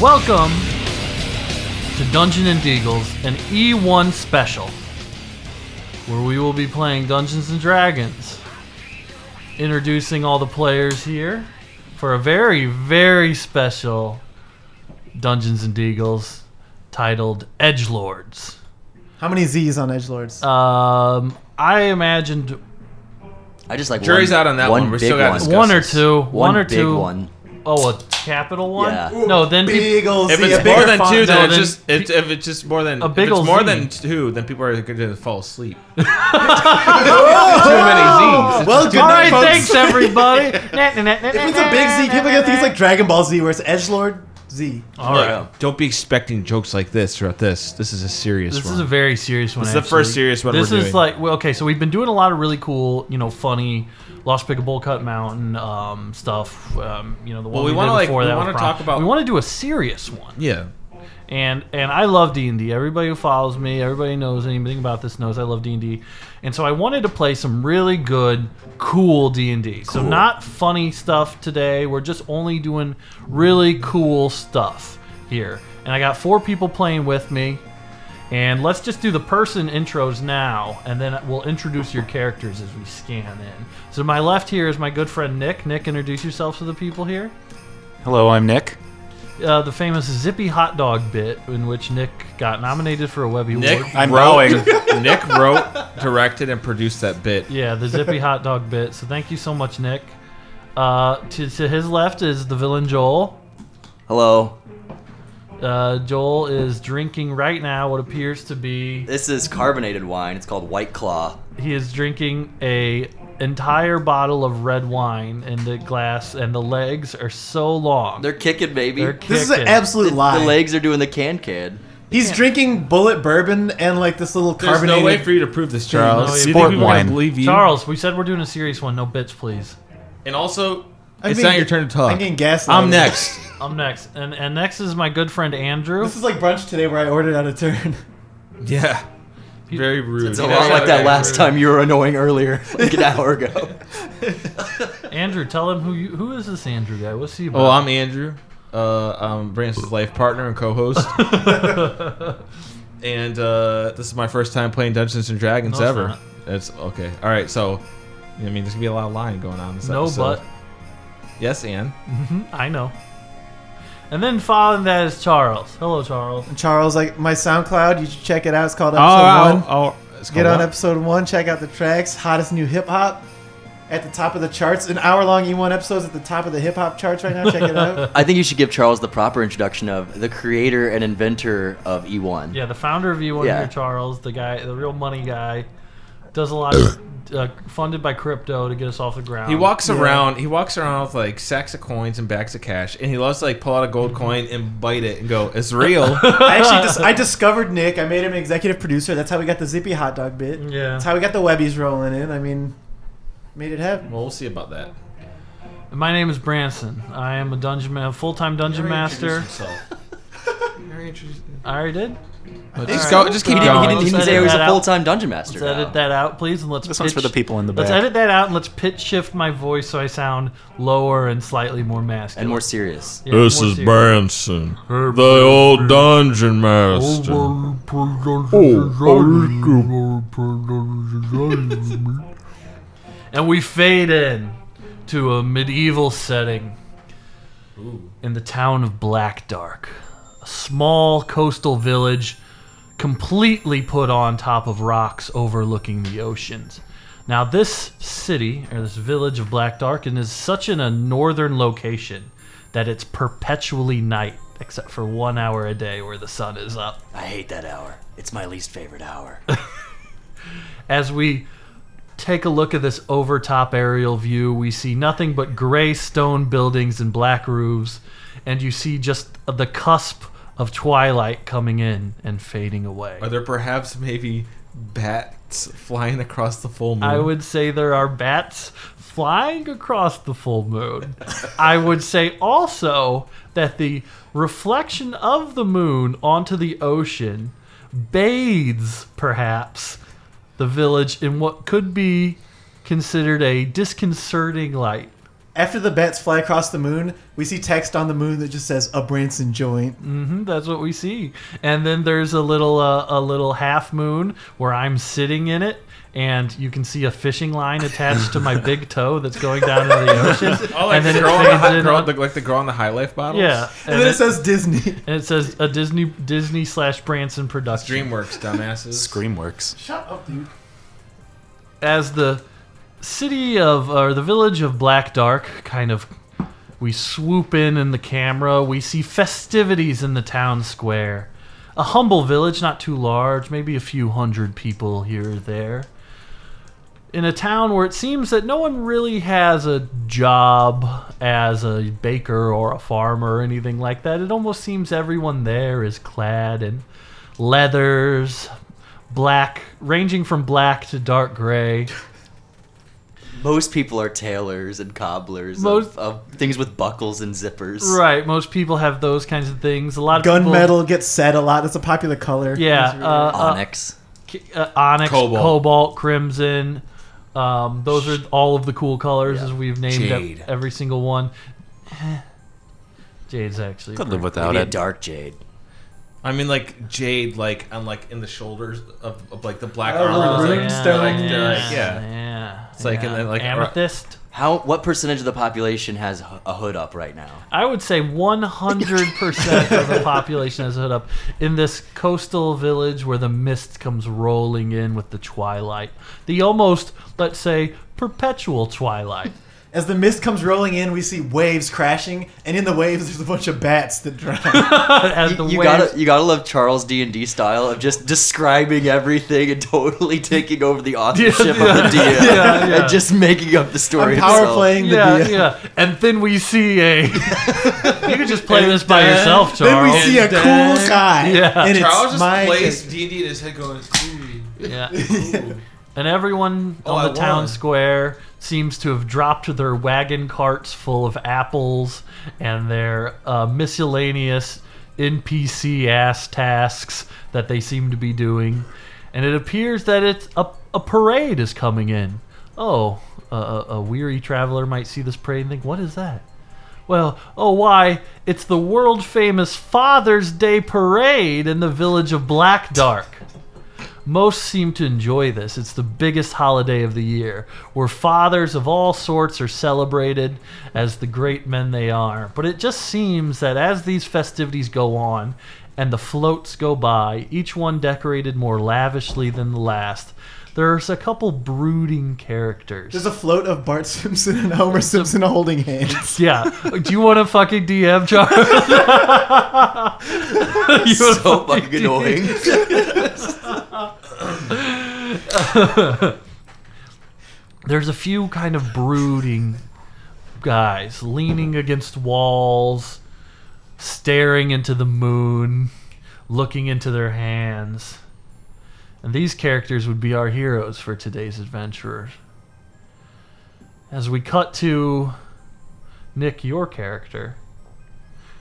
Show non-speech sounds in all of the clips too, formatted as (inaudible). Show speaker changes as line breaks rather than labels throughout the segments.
Welcome to Dungeon and Deagles, an E1 special, where we will be playing Dungeons and Dragons. Introducing all the players here for a very, very special Dungeons and Deagles titled Edge Lords.
How many Z's on Edge Lords?
Uh,
Um, I imagined
I just like
Jury's
one,
out on that
one.
one. We're
big
still gotta
one.
discuss
one or
this.
two,
One
one or
big
two.
one.
Oh, a capital one?
Yeah.
No, then peop-
Big ol'
If
Z, a
it's
bigger
more than
font.
two,
No,
then it's
then
just it's, if it's just more than
A
if
big
it's
ol'
more
Z.
than two, then people are going to fall asleep. Too
(laughs)
many Z's.
Well, good
All
night,
right,
folks.
thanks
(laughs)
everybody. if
If it's a big Z, people get things like Dragon Ball Z, where it's Edge Lord Z.
Oh,
All right,
Don't be expecting jokes like this throughout this. This is a serious
this
one.
is a very serious one.
This is the
actually.
first serious one
This
we're
is
doing.
like well, okay, so we've been doing a lot of really cool, you know, funny Lost Pick Bull Cut Mountain um, stuff. Um, you know, the one
we
we,
wanna,
did
like,
before
we
that.
wanna
with Bron-
talk about-
We want to do a serious one.
yeah.
and and I love D and D. Everybody who follows me, everybody knows anything about this knows I love D and D, and so I wanted to play some really good, cool D and D. So not funny stuff today. We're just only doing really cool stuff here, and I got four people playing with me. And let's just do the person intros now, and then we'll introduce your characters as we scan in. So to my left here is my good friend Nick. Nick, introduce yourself to the people here
Hello, I'm Nick.
uh, the famous Zippy Hot Dog bit in which Nick got nominated for a Webby
Nick
Award.
I'm
wrote,
bowing.
(laughs) Nick wrote, directed, and produced that bit.
Yeah, the Zippy Hot Dog bit. So thank you so much, Nick. Uh, to, to his left is the villain Joel.
Hello,
Uh, Joel is drinking right now what appears to be
this is carbonated wine. It's called White Claw.
he is drinking a entire bottle of red wine in the glass, and the legs are so long.
They're kicking, baby.
They're
This is
kicking.
an absolute lie.
the legs are doing the can can.
He's drinking bullet bourbon and like this little
There's
carbonated.
no way for you to prove this,
No,
Charles. Do
you-
you think
Sport
people are gonna
wine.
believe you?
Charles, we said we're doing a serious one. No bits, please.
And also,
I'm
it's
being-
not your turn to talk.
I'm getting gaslighted.
I'm next. (laughs)
I'm next, and and next is my good friend Andrew.
This is like brunch today, where I ordered out of turn. (laughs)
yeah. Very rude.
It's a lot like that last time you were annoying earlier, like an hour
(laughs)
ago.
Andrew, tell him who you who is this Andrew guy? What's he about?
Oh, I'm Andrew. Uh, I'm Branson's life partner and (laughs) co-host. and uh, this is my first time playing Dungeons and Dragons
No, it's
ever.
not.
It's okay. All right, so I mean, there's gonna be a lot of lying going on. in This
no,
episode.
but
yes, Anne.
I know. And then following that is Charles. Hello, Charles.
Charles, like my SoundCloud, you should check it out. It's called Episode One.
oh,
Get on episode one, check out the tracks, hottest new hip hop, at the top of the charts. An hour long E1 episode's at the top of the hip hop charts right now. Check it out.
(laughs)
I think you should give Charles the proper introduction of the creator and inventor of E E1.
Yeah, the founder of E1
Yeah.
here, Charles, the guy, the real money guy, does a lot of uh, funded by crypto to get us off the ground.
He walks around. He walks around with like sacks of coins and bags of cash, and he loves to like pull out a gold coin and bite it and go, "It's (laughs) real."
I actually dis- I discovered Nick. I made him an executive producer. That's how we got the Zippy hot dog bit.
Yeah.
That's how we got the Webbies rolling in. I mean, made it happen.
well, we'll see about that.
My name is Branson. I am a dungeon ma- full-time dungeon master. I already did.
Just go. Just keep
He didn't,
going.
he didn't, he didn't
Let's
say he
edit
was
that
a
out.
full time dungeon master.
Let's edit
now.
that out, please, and let's.
This one's for
pitch-
the people in the
Let's
back.
edit that out and let's pitch shift my voice so I sound lower and slightly more masculine.
And more serious.
Yeah,
This
more
is
serious.
Branson, the old dungeon master.
(laughs) And we fade in to a medieval setting in the town of Black Dark, a small coastal village completely put on top of rocks overlooking the oceans. Now, this city, or this village of Black Dark, and is such in a northern location that it's perpetually night, except for one hour a day where the sun is up.
I hate that hour. It's my least favorite hour.
As we take a look at this overtop aerial view, we see nothing but gray stone buildings and black roofs, and you see just the cusp of twilight coming in and fading away.
Are there perhaps maybe bats flying across the full moon?
I would say there are bats flying across the full moon. I would say also that the reflection of the moon onto the ocean bathes, perhaps, the village in what could be considered a disconcerting light.
After the bats fly across the moon, we see text on the moon that just says a Branson joint.
Mhm, That's what we see. And then there's a little uh, a little half moon where I'm sitting in it, and you can see a fishing line attached to my
(laughs)
big toe that's going down into the ocean.
Oh, like,
and then
the
it
girl, in the
fades
hi-
in
girl-
on-
the- like the girl in the high life bottles.
yeah,
(laughs)
And then it says Disney.
and it says a Disney Disney slash Branson production.
DreamWorks, dumbasses.
Screamworks.
Shut up, dude.
as the city of or the village of Black Dark kind of we swoop in in the camera, we see festivities in the town square. A humble village, not too large, maybe a few hundred people here or there. In a town where it seems that no one really has a job as a baker or a farmer or anything like that. It almost seems everyone there is clad in leathers, black, ranging from black to dark gray.
Most people are tailors and cobblers
Most-
of, of things with buckles and zippers.
Right. Most people have those kinds of things. A lot of people-
Gunmetal gets said a lot. That's a popular color.
Yeah.
It's
Uh,
really-
uh,
Onyx.
k- uh, onyx, cobalt,
Cobalt.
crimson. Um, those are all of the cool colors as we've named up
Jade.
every single one. Eh. Jade's actually.
Could live without
Maybe a
it.
dark jade.
I mean, like jade, like on like in the shoulders of, of like the black
Oh,
armor.
Yeah,
Like,
Brimstone.
like,
yeah,
they're like, yeah.
yeah,
It's like-
yeah.
and then, like,
amethyst.
How? What percentage of the population has h- a hood up right now?
I would say 100% of the population has hood up in this coastal village where the mist comes rolling in with the twilight. The almost, let's say, perpetual twilight.
As the mist comes rolling in, we see waves crashing, and in the waves, there's a bunch of bats that drown.
As
You,
the
you
waves-
gotta, you gotta love Charles D and D style of just describing everything and totally (laughs) taking over the authorship of the
yeah,
DM
yeah.
and just making up the story.
I'm power
himself.
playing the
yeah,
deal.
yeah. And then we see a. (laughs) you could just
(laughs)
play this by yourself,
Then we
Charles.
see a
Dang.
cool guy.
Yeah.
And
Charles
it's
just
my
plays D D in his head, going, "Ooh,
(laughs)
yeah.
ooh."
And everyone
Oh,
on
I
the town
won.
square seems to have dropped their wagon carts full of apples and their uh, miscellaneous NPC ass tasks that they seem to be doing. And it appears that it's a, a parade is coming in. Oh, a, a, a weary traveler might see this parade and think, what is that? Well, oh, why? It's the world famous Father's Day parade in the village of Black Dark. Most seem to enjoy this. It's the biggest holiday of the year, where fathers of all sorts are celebrated as the great men they are. But it just seems that as these festivities go on and the floats go by, each one decorated more lavishly than the last, there's a couple brooding characters.
There's a float of Bart Simpson and Homer Simpson holding hands. (laughs)
yeah. Do you want to fucking DM, Charles? you wanna
(laughs) So fucking annoying.
there's a few kind of brooding guys leaning against walls, staring into the moon, looking into their hands. And these characters would be our heroes for today's adventurers. As we cut to Nick, your character,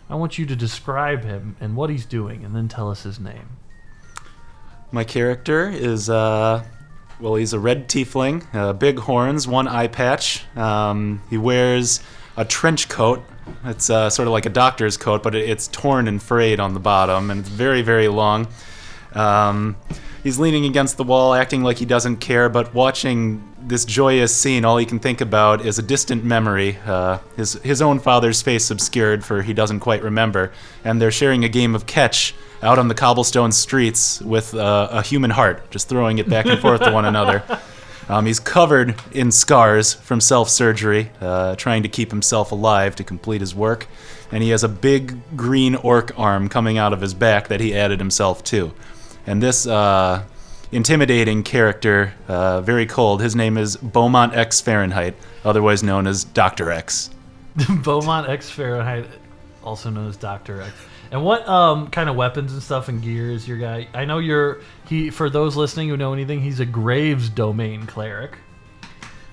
I want you to describe him and what he's doing and then tell us his name.
My character is, uh, well, he's a red tiefling, uh, big horns, one eye patch. Um, he wears a trench coat. It's uh, sort of like a doctor's coat, but it, it's torn and frayed on the bottom, and it's very, very long. Um, he's leaning against the wall, acting like he doesn't care, but watching this joyous scene, all he can think about is a distant memory. Uh, his, his own father's face obscured, for he doesn't quite remember. And they're sharing a game of catch out on the cobblestone streets with uh, a human heart, just throwing it back and forth to one another. Um, he's covered in scars from self surgery, uh, trying to keep himself alive to complete his work. And he has a big green orc arm coming out of his back that he added himself to. And this uh, intimidating character, uh, very cold, his name is Beaumont X Fahrenheit, otherwise known as Dr. X.
(laughs) Beaumont X Fahrenheit, also known as Doctor X. And what um, kind of weapons and stuff and gear is your guy? I know you're he. For those listening who know anything, he's a Graves domain cleric,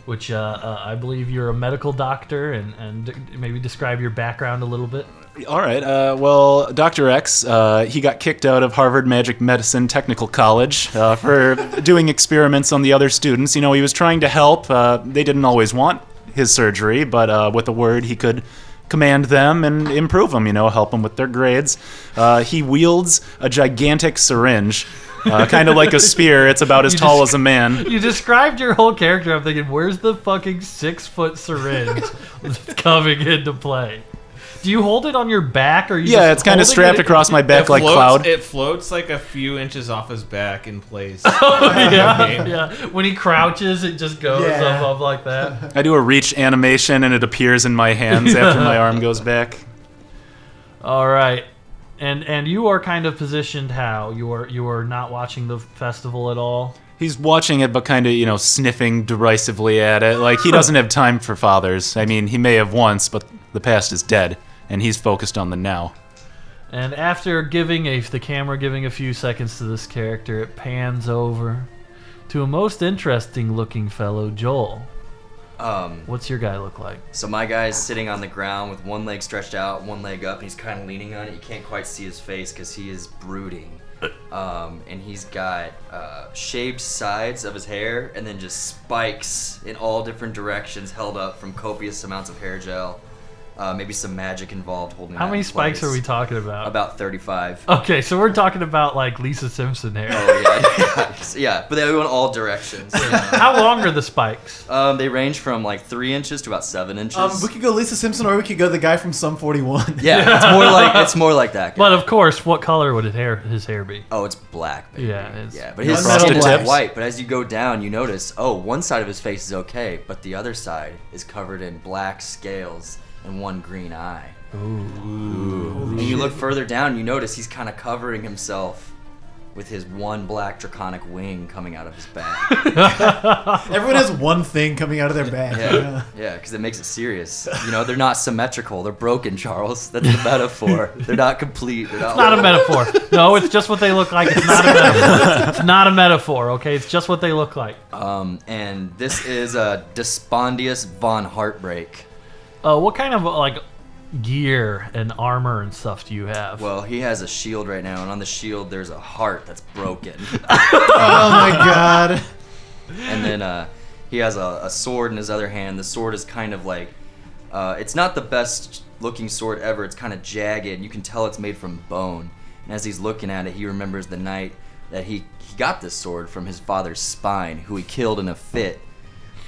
which uh, uh, I believe you're a medical doctor. And and maybe describe your background a little bit.
All right. Uh, well, Dr. X, uh, he got kicked out of Harvard Magic Medicine Technical College
(laughs)
uh, for doing experiments on the other students. You know, he was trying to help. Uh, they didn't always want his surgery, but uh, with a word, he could command them and improve them, you know, help them with their grades. Uh, he wields a gigantic syringe,
(laughs)
uh, kind of like a spear. It's about as
You
tall
just-
as a man.
(laughs)
(laughs)
You described your whole character. I'm thinking, where's the fucking six foot
(laughs)
syringe that's coming into play? Do you hold it on your back or you?
Yeah,
just
it's kind of
holding
strapped
it-
across my back
It
like
floats-
Cloud.
It floats like a few inches off his back in
(laughs)
place.
(laughs) yeah, yeah. When he crouches, it just goes
Yeah.
up, up like
(laughs)
that.
I do a reach animation and it appears in
(laughs)
my hands after my arm goes back.
All right, and and you are kind of positioned how you are you are not watching the festival at all.
He's watching it, but kind of, you know, sniffing derisively at it. Like, he doesn't have time for fathers. I mean, he may have once, but the past is dead, and he's focused on the now.
And after giving a, the camera giving a few seconds to this character, it pans over to a most interesting looking fellow, Joel.
Um,
What's your guy look like?
so my guy's sitting on the ground with one leg stretched out, one leg up, and he's kind of leaning on it. You can't quite see his face because he is brooding. Um, and he's got uh, shaved sides of his hair and then just spikes in all different directions held up from copious amounts of hair gel. Uh, maybe some magic involved holding
How
that
many
in
spikes
place.
are we talking Oh. about?
About 35.
Okay, so we're talking about like Lisa Simpson here.
(laughs) Oh, yeah, (laughs) yeah, yeah, but they went
(laughs)
all directions.
How long are the spikes?
um, they range from like three inches to about seven inches.
Um, we could go Lisa Simpson, or we could go the guy from Sum 41.
(laughs)
yeah, it's more like it's more like that. Guy.
But of course, what color would his hair his hair be?
oh, it's black. Baby.
Yeah, it's-
yeah, but his
Frosted
skin is
tips.
white. But as you go down, you notice oh, one side of his face is okay, but the other side is covered in black scales and one green eye. Ooh. And you look further down, you notice he's kind of covering himself with his one black draconic wing coming out of his back.
Everyone has one thing coming out of their bag.
Yeah, yeah, because it makes it serious. You know, they're not symmetrical. They're broken, Charles. That's the metaphor. They're not complete. They're not.
Not a metaphor. No, it's just what they look like. It's not a metaphor. It's not a metaphor. Okay, it's just what they look like.
um, and this is a Despondius von Heartbreak.
Uh, what kind of like gear and armor and stuff do you have?
Well, he has a shield right now, and on the shield there's a heart that's broken.
Oh my god.
and then uh, he has a, a sword in his other hand. The sword is kind of like, uh, it's not the best looking sword ever. It's kind of jagged. You can tell it's made from bone. And as he's looking at it, he remembers the night that he, he got this sword from his father's spine, who he killed in a fit.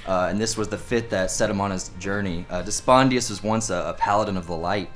Uh, and this was the fit that set him on his journey. Uh, Despondius was once a, a paladin of the light,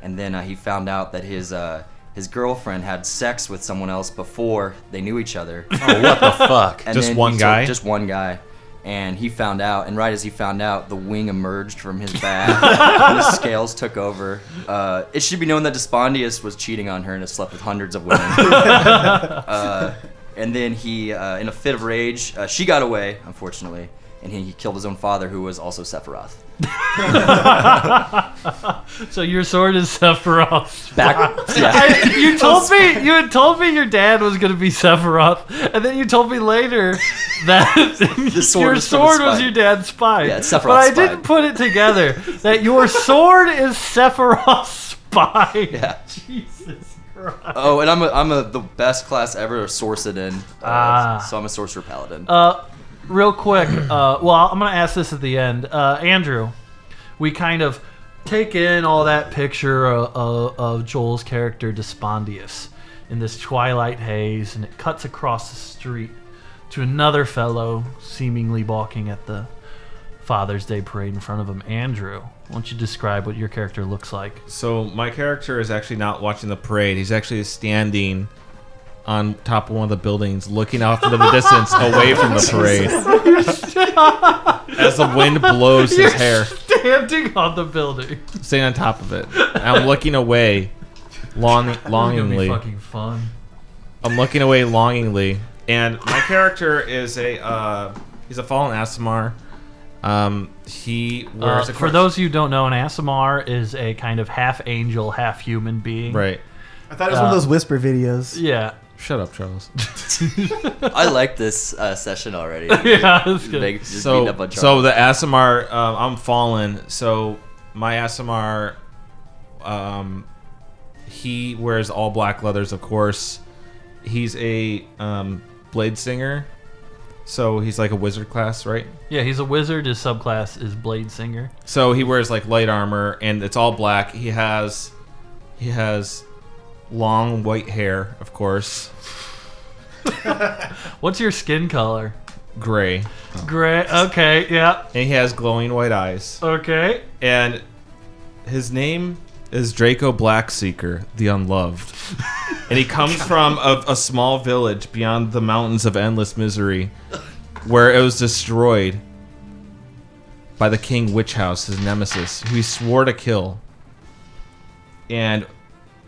and then uh, he found out that his uh, his girlfriend had sex with someone else before they knew each other.
Oh, what the fuck?
And
Just
then
one
he took
guy?
Just one guy. And he found out, and right as he found out, the wing emerged from his
(laughs)
back. and the scales took over. Uh, it should be known that Despondius was cheating on her and has slept with hundreds of women.
(laughs)
uh, and then he, uh, in a fit of rage, uh, she got away, unfortunately, and he, he killed his own father, who was also Sephiroth.
so your sword is Sephiroth.
Back, (laughs)
(laughs)
yeah.
I, you told me you had told me your dad was going to be Sephiroth, and then you told me later that (laughs)
sword
your
was from his
sword was
spine.
your dad's spine.
Yeah, it's Sephiroth's
but I
spine.
didn't put it together that your sword is Sephiroth's spine.
(laughs) Yeah.
Jesus Christ.
Oh, and I'm a, I'm a, the best class ever, a sorcerer. Uh,
Ah.
So I'm a sorcerer paladin.
Uh, real quick. Uh, well, I'm going to ask this at the end, uh, Andrew. We kind of take in all that picture of, of, of Joel's character Despondius in this twilight haze, and it cuts across the street to another fellow seemingly balking at the Father's Day parade in front of him. Andrew, why don't you describe what your character looks like?
So my character is actually not watching the parade. He's actually standing on top of one of the buildings, looking off into the distance, away from the parade. As the wind blows his hair,
(laughs) Standing on the building.
staying on top of it. I'm looking away, long,
It's gonna be
longingly.
fucking fun.
I'm looking away longingly, and my character is a uh, he's a fallen Asimar. Um, he
Uh,
wears a
for those who don't know, an Asimar is a kind of half angel, half human being.
right.
I thought it was
Uh,
one of those whisper videos.
Yeah. (laughs)
Shut up, Charles.
I like this uh, session
(laughs)
already.
Yeah. That's good.
They just beating up
so
on
so
Charles.
the Asimar, um, I'm fallen. So my Asimar, um, he wears all uh, black leathers, of course. He's a um, blade singer, So he's like a wizard class, right?
Yeah, he's a wizard. His subclass is Blade Singer.
So he wears like light armor and it's all black. He has he has long white hair, of course,
What's your skin color?
gray.
Gray. Okay. Yeah.
And he has glowing white eyes.
Okay.
And his name is Draco Blackseeker, the Unloved. and he comes from a, a small village beyond the mountains of endless misery where it was destroyed by the King Witch House, his nemesis, who he swore to kill. And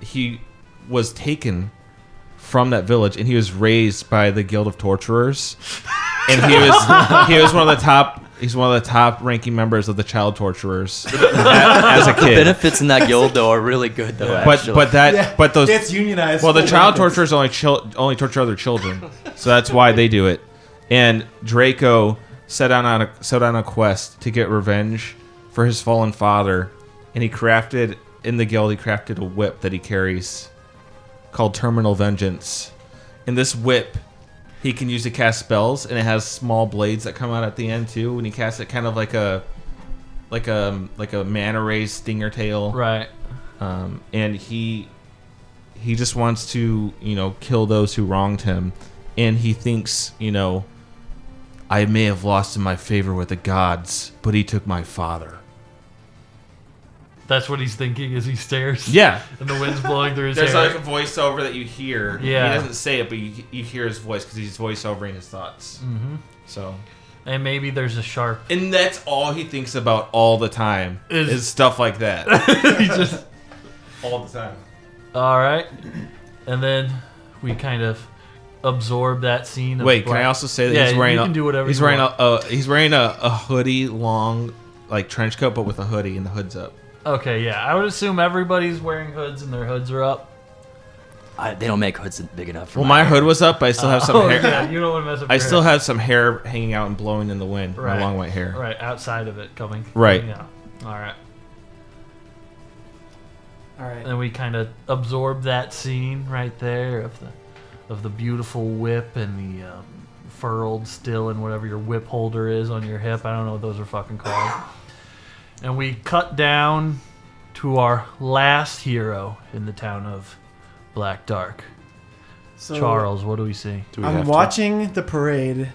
he was taken from that village and he was raised by the Guild of Torturers. And he was he was one of the top he's one of the top ranking members of the Child Torturers as a kid.
Benefits
(laughs)
in that guild though are really good though.
But
actually.
but that but those
it's unionized.
well, the
Full
child
benefits.
torturers only chil- only torture other children, so that's why they do it. And Draco set out on a set on a quest to get revenge for his fallen father, and he crafted in the guild. He crafted a whip that he carries called Terminal Vengeance. And this whip, he can use to cast spells, and it has small blades that come out at the end too. When he casts it, kind of like a like a like a manta ray stinger tail
Right.
um, and he he just wants to you know kill those who wronged him and he thinks you know i may have lost in my favor with the gods but he took my father
That's what he's thinking as he stares.
yeah
And the wind's blowing through his
(laughs) there's
hair.
like a voiceover that you hear
Yeah.
he doesn't say it but you, you hear his voice because he's voiceovering his thoughts mm-hmm. so
and maybe there's a
(laughs)
sharp.
and that's all he thinks about all the time
Is-
is, stuff like that (laughs)
he just.
all the time
All right. And then we kind of absorb that scene. Of
Wait, can
black-
I also say that
Yeah,
he's wearing
you
a,
can do whatever
he's
you
wearing a,
want.
a he's wearing a, a hoodie long like trench coat but with a hoodie and the hood's up.
Okay. Yeah. I would assume everybody's wearing hoods and their hoods are up.
I, they don't make hoods big enough. For
Well, my hood was up, but I still have some
oh,
hair.
yeah. You don't want to mess up.
I
your
still
hair.
have some hair hanging out and blowing in the wind.
Right.
My long white hair.
Right outside of it coming.
Right.
Yeah. All right.
All right.
And then we kind of absorb that scene right there of the of the beautiful whip and the um, furled still and whatever your whip holder is on your hip. I don't know what those are fucking called. and we cut down to our last hero in the town of Black Dark.
So-
Charles, what do we see?
Do we
I'm
have to?
watching the parade,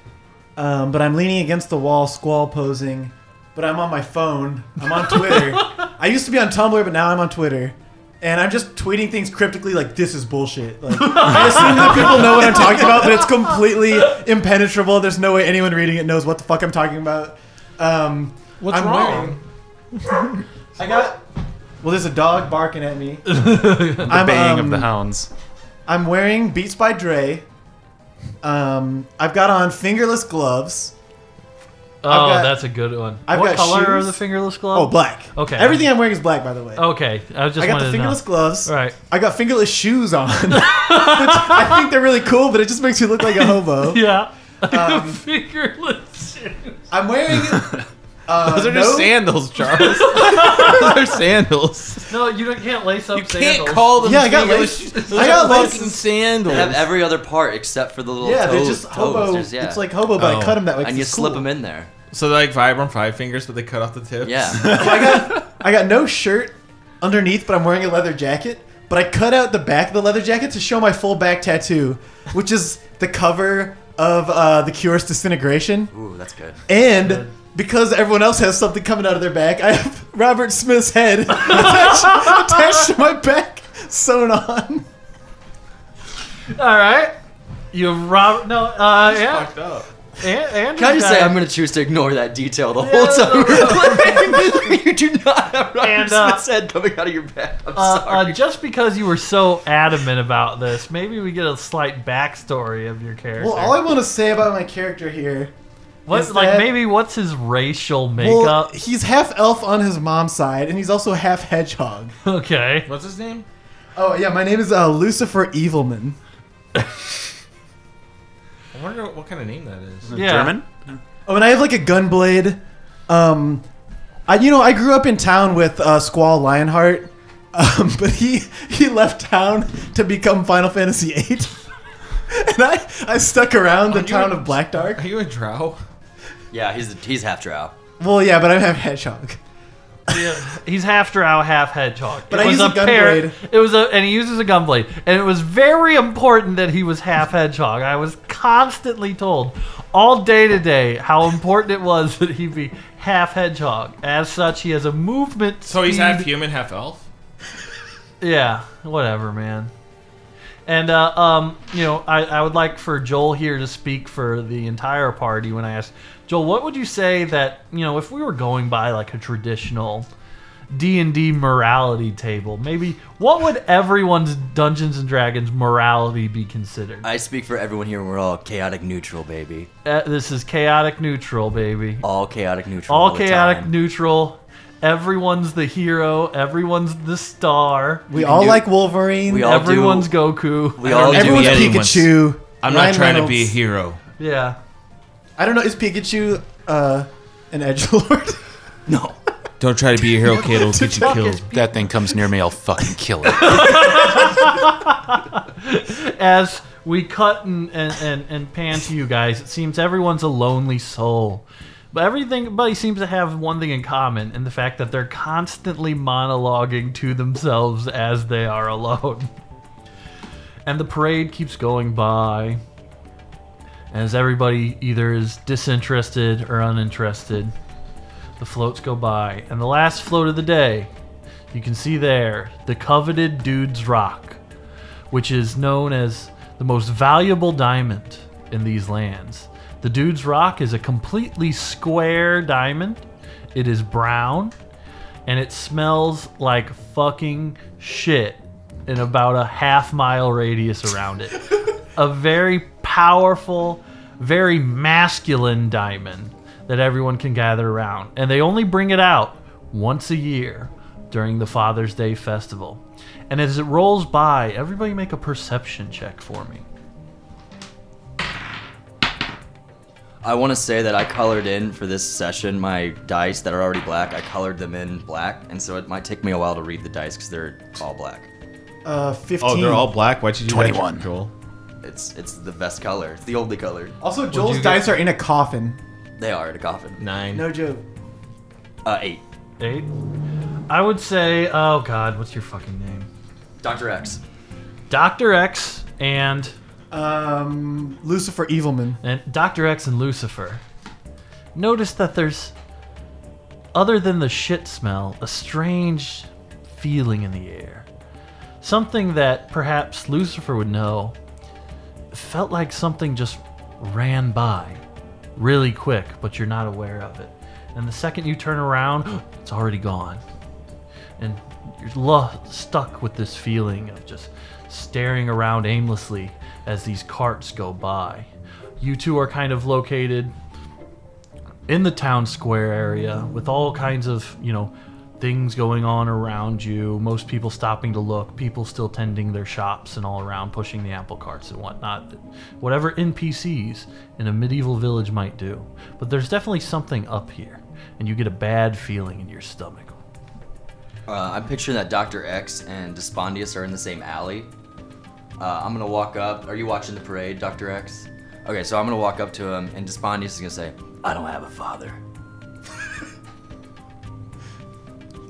um, but I'm leaning against the wall, squall posing. But I'm on my phone. I'm on
(laughs)
Twitter. I used to be on Tumblr, but now I'm on Twitter. And I'm just tweeting things cryptically like this is bullshit. Like I assume that people know what I'm talking about, but it's completely impenetrable. There's no way anyone reading it knows what the fuck I'm talking about. Um,
What's
I'm
wrong?
wearing- I got. Well, there's a dog barking at me. I'm, um,
Baying of (laughs) the hounds.
I'm wearing Beats by Dre. Um, I've got on fingerless gloves.
Oh,
got-
that's a good one.
I've
what
got
color are
shoes.
the fingerless gloves?
Oh, black.
Okay.
Everything I'm wearing is black, by the way.
Okay, I just
I
wanted
got
to
the
know.
fingerless gloves.
All right.
I got fingerless
(laughs)
shoes on. Which I think they're really cool, but it just makes you look like a hobo.
(laughs) Yeah.
Um,
(laughs) fingerless shoes. (laughs)
I'm wearing. Uh,
Those are
no-
just sandals, Charles. Those are sandals.
No, you don't, can't lace up
You
sandals.
can't call them.
Yeah, I got
sandals.
lace-
Those
I got
are
lace-
fucking sandals.
They have every other part except for the little
Yeah, they're
toes-
just
toes.
hobo.
There's- yeah.
It's like hobo, but I
Oh.
cut them that way. 'cause
and you
it's
slip
cool.
them in
(laughs)
there.
so they're like vibe on five fingers, but they cut off the tips.
Yeah.
I got I got no shirt underneath, but I'm wearing a leather jacket. But I cut out the back of the leather jacket to show my full back tattoo, which is the cover of uh, the Cure's Disintegration.
Ooh, that's good.
And because everyone else has something coming out of their back, I have (laughs) Robert Smith's head (laughs) attached, attached to my back, sewn on.
All right. You have Robert. No, uh, yeah.
Fucked up.
And, and
Can I just say I'm gonna choose to ignore that detail the whole
Yeah,
time (laughs) we're playing? you do not have Robert
And, uh,
Smith's head coming out of your back. I'm
Uh, uh,
sorry.
just because you were so adamant about this, maybe we get a slight backstory of your character.
Well, all I want to say about my character here.
What-
is
like
that-
maybe what's his racial
Well,
makeup? (laughs)
he's half elf on his mom's side, and he's also half hedgehog.
okay,
What's his name?
(laughs) Oh, yeah, my name is uh, Lucifer Evilman.
I wonder what kind of name that is.
yeah.
German?
Oh, and I have like a gun blade. Um, I you know I grew up in town with uh, Squall Lionheart, (laughs) um, but he he left town to become Final Fantasy VIII. (laughs) And I, I stuck around the
Aren't you
town
in-
of Black Dark.
(laughs) Are you a drow?
Yeah, he's he's half drow.
Well, yeah, but I have hedgehog.
He's half drow, half hedgehog.
But
it
I
was
use a gun
pair-
blade.
It was a, and he uses a gunblade, and it was very important that he was half hedgehog. I was constantly told, all day today, how important it was (laughs) that he be half hedgehog. As such, he has a movement.
So he's
speed-
half human, half elf.
Yeah, whatever, man. And uh, um, you know, I, I would like for Joel here to speak for the entire party when I asked Joel, what would you say that you know if we were going by like a traditional D and D morality table, maybe what would everyone's Dungeons and Dragons morality be considered?
I speak for everyone here. We're all chaotic neutral, baby.
Uh, this is chaotic neutral, baby.
All chaotic neutral.
All
the
chaotic
time.
neutral. Everyone's the hero. Everyone's the star.
We all
do-
like Wolverine.
we all- do-
Everyone's Goku.
We all do
Everyone's
Yeah,
it.
Pete. anyone's-
Pikachu. Ryan
I'm not trying
Reynolds.
to be a hero.
yeah.
I don't know. Is Pikachu uh, an edge (laughs) lord? Uh,
No.
Don't try to be a
(laughs)
hero, kid. It'll get you killed.
That thing comes near me, I'll fucking kill it.
as we cut and, and, and, and pan to you guys, it seems everyone's a lonely soul. But everything, everybody seems to have one thing in common, and the fact that they're constantly monologuing to themselves as they are alone. And the parade keeps going by as everybody either is disinterested or uninterested. The floats go by, and the last float of the day, you can see there the coveted Dude's Rock which is known as the most valuable diamond in these lands. The Dude's Rock is a completely square diamond. It is brown and it smells like fucking shit in about a half mile radius around it. a very powerful, very masculine diamond that everyone can gather around. And they only bring it out once a year during the Father's Day festival. And as it rolls by, everybody make a perception check for me.
I want to say that I colored in for this session my dice that are already black. I colored them in black, and so it might take me a while to read the dice because they're all black.
Uh, 15.
Oh, they're all black. Why'd you do
21.
that, Joel?
It's it's the best color. It's the only color.
Also, Joel's
you get-
dice are in a coffin.
They are in a coffin.
Nine.
No joke.
Uh, eight.
Eight. I would say, oh god, what's your fucking name?
Doctor X.
Dr. X and
Um, Lucifer Evilman.
and Dr. X and Lucifer. Notice that there's other than the shit smell, a strange feeling in the air. Something that perhaps Lucifer would know felt like something just ran by really quick, but you're not aware of it. And the second you turn around, (gasps) it's already gone. And you're lo- stuck with this feeling of just staring around aimlessly as these carts go by. You two are kind of located in the town square area with all kinds of, you know, things going on around you. Most people stopping to look, people still tending their shops and all around, pushing the apple carts and whatnot. Whatever NPCs in a medieval village might do. But there's definitely something up here, and you get a bad feeling in your stomach.
Uh, I'm picturing that Doctor X and Despondius are in the same alley. Uh, I'm gonna walk up. Are you watching the parade, Doctor X? Okay, so I'm gonna walk up to him, and Despondius is gonna say, (laughs) "I don't have a father."
(laughs)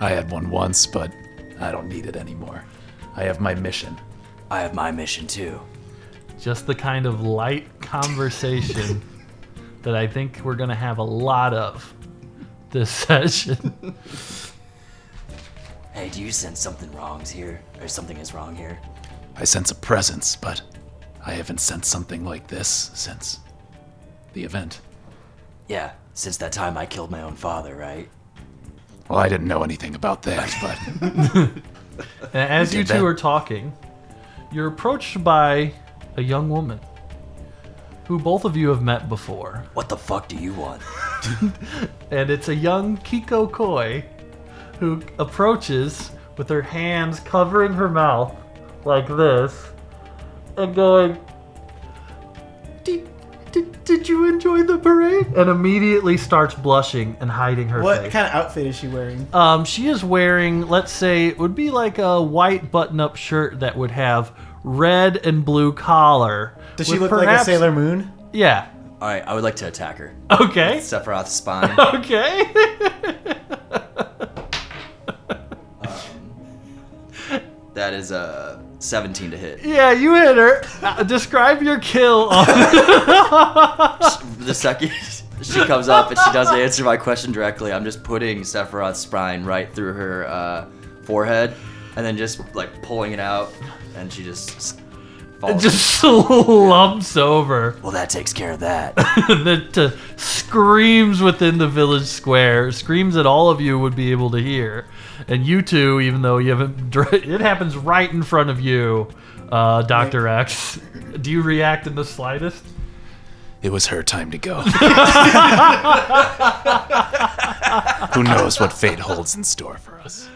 I had one once, but I don't need it anymore. I have my mission.
I have my mission too.
just the kind of light conversation that I think we're going to have a lot of this (laughs) session.
Hey, do you sense something wrong's here, or something is wrong here?
I sense a presence, but I haven't sensed something like this since the event.
Yeah, since that time I killed my own father, right?
Well, I didn't know anything about that, but
And as you
did that.
two are talking, you're approached by a young woman who both of you have met before.
What the fuck do you want?
And it's a young Kiko Koi who approaches with her hands covering her mouth like this and going, did, did, did you enjoy the parade? And immediately starts blushing and hiding her
What
face.
kind of outfit is she wearing?
Um, she is wearing, let's say, it would be like a white button up shirt that would have red and blue collar.
Does she
with
look
perhaps-
like a Sailor Moon?
Yeah. (laughs)
All right, I would like to attack her.
Okay.
Sephiroth's spine.
(laughs) Okay.
that is uh, 17 to hit.
yeah, you hit her. Uh, describe your (laughs) kill. On-
The second (laughs) she comes up and she doesn't answer my question directly, I'm just putting Sephiroth's spine right through her uh, forehead and then just like pulling it out, and she just s- falls.
just slumps over. (laughs)
well, that takes care of that.
that uh, screams within the village square, screams that all of you would be able to hear. And you two, even though you haven't, (laughs) dr- it happens right in front of you, uh, Dr. X. Do you react in the slightest?
It was her time to go. Who knows what fate holds in store for us?